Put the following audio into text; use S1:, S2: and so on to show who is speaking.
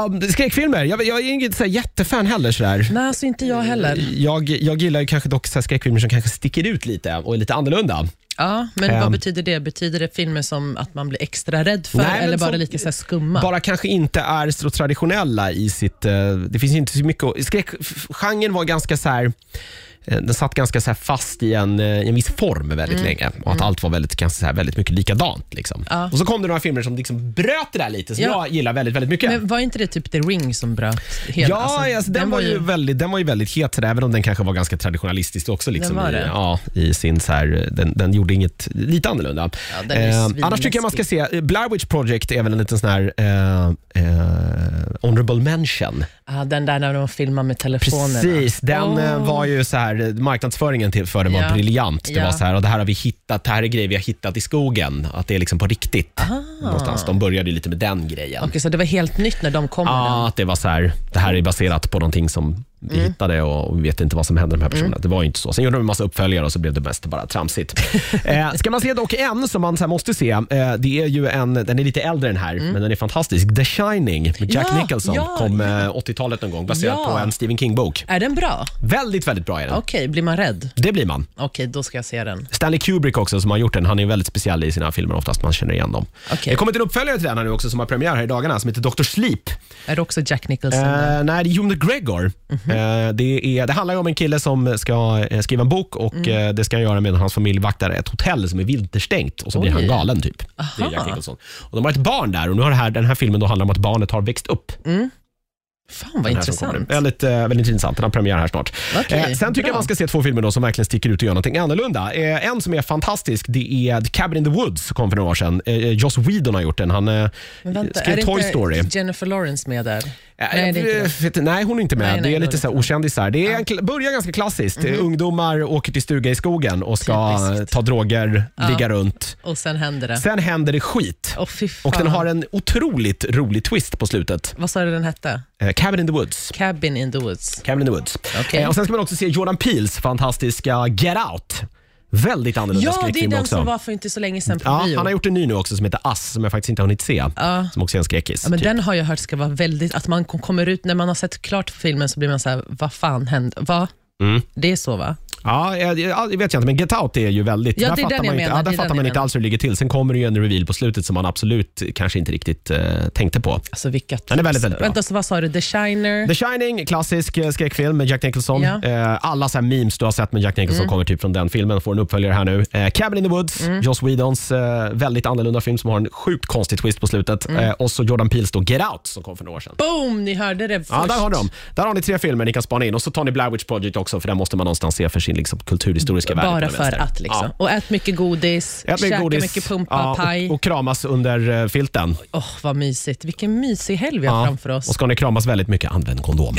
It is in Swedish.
S1: Ja, skräckfilmer. Jag, jag är inget så här jättefan heller. Sådär.
S2: Nej, alltså inte jag heller.
S1: Jag, jag gillar ju kanske dock så här skräckfilmer som kanske sticker ut lite och är lite annorlunda.
S2: Ja, men
S1: Ehm.
S2: vad betyder det? Betyder det filmer som att man blir extra rädd för
S1: Nej, men
S2: eller bara
S1: som-
S2: lite så här skumma?
S1: Bara kanske inte är så traditionella i sitt... eh, Det finns inte så mycket... Skräckgenren var ganska så här... eh, Den satt ganska så här fast i en, eh, i en viss form
S2: Mm.
S1: väldigt länge och att allt var väldigt, ganska så här, väldigt mycket likadant. Liksom.
S2: Ja.
S1: Och så kom det några filmer som liksom bröt det där lite, som
S2: Ja.
S1: jag gillar väldigt, väldigt mycket.
S2: Men var inte det typ The Ring som bröt hela?
S1: Ja, alltså, den, var ju väldigt, den var ju väldigt het, så där, även om den kanske var ganska traditionalistisk också. Liksom,
S2: var
S1: i,
S2: det.
S1: ja, i sin så här, den, den gjorde inget, lite annorlunda. Eh,
S2: Ja, den är svinläskig.
S1: annars tycker jag man ska se, eh, Blair Witch Project är väl en liten sån här eh, eh, honorable mention.
S2: Ah, den där när de filmar med telefonerna.
S1: Precis, den eh,
S2: Åh.
S1: var ju så här, eh, marknadsföringen till, för den var
S2: Ja.
S1: briljant. Det
S2: Ja.
S1: var så här, och det här har vi hittat, det här är grejer vi har hittat i skogen. Att det är liksom på riktigt.
S2: Ah.
S1: Någonstans. De började ju lite med den grejen.
S2: Okej, så det var helt nytt när de kom med den?
S1: Ja, att det var så här, det här är baserat på någonting som vi
S2: Mm.
S1: hittade och och vi vet inte vad som hände med de här personerna. Det var ju inte så. Sen gjorde de en massa uppföljare och så blev det mest bara tramsigt. eh, ska man se dock en som man så här måste se, eh, det är ju en, den är lite äldre den här, men den är fantastisk. The Shining med Jack
S2: Mm. Ja,
S1: Nicholson.
S2: ja,
S1: Kom eh, 80-talet någon gång, baserat
S2: Ja.
S1: på en Stephen King-bok.
S2: Är den bra?
S1: Väldigt, väldigt bra är den.
S2: Okej, blir man rädd?
S1: Det blir man.
S2: Okej, då ska jag se den.
S1: Stanley Kubrick också som har gjort den. Han är ju väldigt speciell i sina filmer oftast, man känner igen dem.
S2: Okej.
S1: Det kommer en uppföljare till den här nu också som har premiär här i dagarna som heter Dr. Sleep.
S2: Är det också Jack Nicholson?
S1: Eh, nej, det är Hugh McGregor.
S2: Mhm.
S1: Eh, det, är, det handlar ju om en kille som ska eh, skriva en bok och
S2: Mm.
S1: eh, det ska han göra medan hans familj vaktar ett hotell som är vinterstängt och så blir
S2: Oj.
S1: han galen typ. Det är
S2: Aha.
S1: Jack Nicholson. Och de har ett barn där och nu har det här, den här filmen då handlar om att barnet har växt upp.
S2: Mm. Fan vad
S1: Den här som kommer nu.
S2: intressant.
S1: Väldigt, eh, väldigt intressant. Den har premiär här snart.
S2: Okej,
S1: eh, sen tycker
S2: bra.
S1: jag man ska se två filmer då som verkligen sticker ut och gör någonting annorlunda. Eh, en som är fantastisk det är The Cabin in the Woods som kom för några år sedan. Eh, Joss Whedon har gjort den. Han eh,
S2: Men vänta, är
S1: skrev
S2: det
S1: Toy
S2: inte
S1: Story.
S2: Jennifer Lawrence med där?
S1: Ja,
S2: Nej,
S1: jag
S2: det är inte det.
S1: vet inte. nej, hon är inte med.
S2: Nej, nej,
S1: det
S2: då
S1: är
S2: är
S1: lite
S2: det
S1: så här
S2: inte. Mhm.
S1: okändisar. Det är en, kla- börjar ganska klassiskt. Ungdomar åker till stuga i skogen och ska
S2: Typiskt.
S1: eh, ta droger, ligga runt.
S2: Och sen händer det.
S1: Sen händer det skit.
S2: Åh fy fan.
S1: Och den har en otroligt rolig twist på slutet.
S2: Vad sa du den hette?
S1: Eh, Cabin in the Woods.
S2: Cabin in the Woods.
S1: Cabin in the Woods.
S2: Okej.
S1: Eh, och sen ska man också se Jordan Peels fantastiska Get Out. Väldigt annorlunda
S2: Ja, det är
S1: skräckfilm
S2: den
S1: också.
S2: som var för inte så länge sedan på
S1: Ja,
S2: bio.
S1: han har gjort en ny nu också som heter Ass som jag faktiskt inte har hunnit se. Som också är en skräckis.
S2: Ja, men
S1: typ.
S2: Den har jag hört ska vara väldigt, att man kom- kommer ut, när man har sett klart filmen så blir man så här, vad fan hände? Va?
S1: Mm.
S2: Det är så va?
S1: Ja, eh, ja, det vet jag inte, men Get Out är ju väldigt...
S2: Ja,
S1: där
S2: det är
S1: fattar
S2: den jag
S1: man, inte,
S2: menar,
S1: ja, där
S2: det är
S1: fattar man
S2: den jag
S1: inte
S2: menar.
S1: alls hur det ligger till. Sen kommer det ju en reveal på slutet som man absolut kanske inte riktigt eh, tänkte på.
S2: Alltså vilka
S1: Den är väldigt, väldigt bra.
S2: Vänta, så vad sa du? The Shiner?
S1: The Shining, klassisk eh, skräckfilm med Jack Nicholson.
S2: Ja. Mm.
S1: Eh, alla så här memes du har sett med Jack Nicholson kommer typ från den filmen. Får en uppföljare här nu. Eh, Cabin in the Woods, Joss Whedons eh, väldigt annorlunda film som har en sjukt konstig twist på slutet.
S2: Mm.
S1: Eh, och så Jordan Peels då Get Out som kom för några år sedan.
S2: Boom! Ni hörde det först.
S1: Ja, där har, de. där har ni tre filmer ni kan spana in. Och så tar ni Blair Witch Project också, för den måste man någonstans se för sin liksom, kulturhistoriska värde. på
S2: Bara
S1: den
S2: för
S1: vänster.
S2: att liksom.
S1: Ja.
S2: Och ät mycket godis,
S1: Ät mycket
S2: käka
S1: godis.
S2: mycket pumpa,
S1: Ja,
S2: paj.
S1: Och, och kramas under eh, filten.
S2: Åh, vad mysigt. Vilken mysig helg vi har
S1: Ja.
S2: framför oss.
S1: Och ska ni kramas väldigt mycket, använd kondom.